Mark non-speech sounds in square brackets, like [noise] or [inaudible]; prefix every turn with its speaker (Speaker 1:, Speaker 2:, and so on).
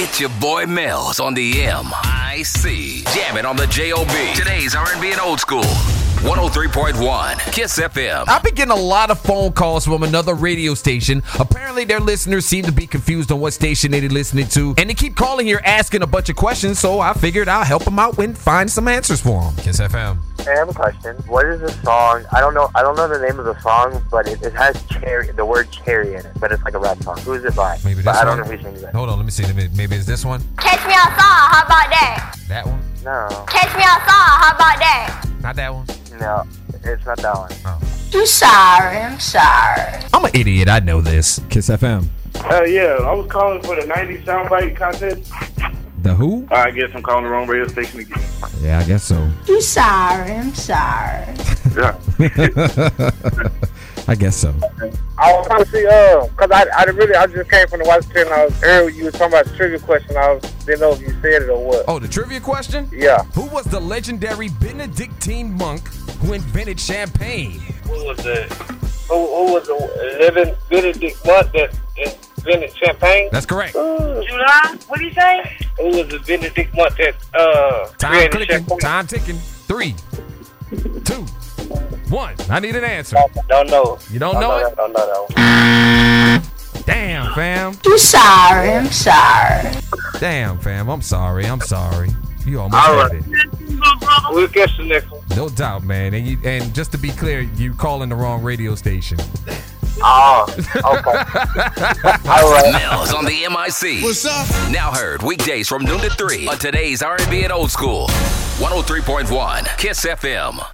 Speaker 1: It's your boy Mills on the MIC. Jamming on the JOB. Today's R&B and old school. 103.1 Kiss FM.
Speaker 2: I've been getting a lot of phone calls from another radio station. Apparently, their listeners seem to be confused on what station they're listening to, and they keep calling here asking a bunch of questions. So I figured I'll help them out and find some answers for them. Kiss FM.
Speaker 3: I have a question. What is the song? I don't know. I don't know the name of the song, but it, it has cherry, the word cherry in it. But it's like a rap song. Who is it by?
Speaker 2: Maybe
Speaker 3: but
Speaker 2: this
Speaker 3: I don't
Speaker 2: one?
Speaker 3: know who sings it.
Speaker 2: Hold on, let me see. Let me- Maybe it's this one.
Speaker 4: Catch me outside, how about that?
Speaker 2: That one.
Speaker 3: No,
Speaker 4: Catch me outside, how about that?
Speaker 2: Not that one. Oh.
Speaker 3: no, it's not that one.
Speaker 4: I'm sorry, I'm sorry.
Speaker 2: I'm an idiot. I know this.
Speaker 5: Kiss FM.
Speaker 6: Hell yeah, I was calling for the 90 soundbite contest.
Speaker 5: The who?
Speaker 6: I guess I'm calling the wrong radio station again.
Speaker 5: Yeah, I guess so.
Speaker 4: I'm sorry, I'm sorry.
Speaker 6: Yeah.
Speaker 5: [laughs] I guess so.
Speaker 7: I was trying to see, uh, cause I, I really, I just came from the Washington. I was earlier. You was talking about the trivia question. I was, didn't know if you said it or what.
Speaker 2: Oh, the trivia question?
Speaker 7: Yeah.
Speaker 2: Who was the legendary Benedictine monk who invented champagne?
Speaker 7: Who was the, who, who was the living Benedict monk that invented champagne?
Speaker 2: That's correct.
Speaker 7: July? What do you say? Who was the Benedict monk that uh
Speaker 2: Time clicking. Time ticking. Three, two, one. I need an answer.
Speaker 7: Don't know.
Speaker 2: You don't know it?
Speaker 7: Don't know
Speaker 2: Damn, fam.
Speaker 4: I'm sorry, I'm sorry.
Speaker 2: Damn, fam. I'm sorry. I'm sorry. You almost had it.
Speaker 7: that one. We'll guess the next one.
Speaker 2: No doubt, man. And you, and just to be clear, you calling the wrong radio station.
Speaker 3: Oh, okay.
Speaker 2: [laughs]
Speaker 3: All right.
Speaker 1: Mills on the MIC. What's up? Now heard weekdays oh from noon to 3 on today's R&B and old school. 103.1 Kiss FM.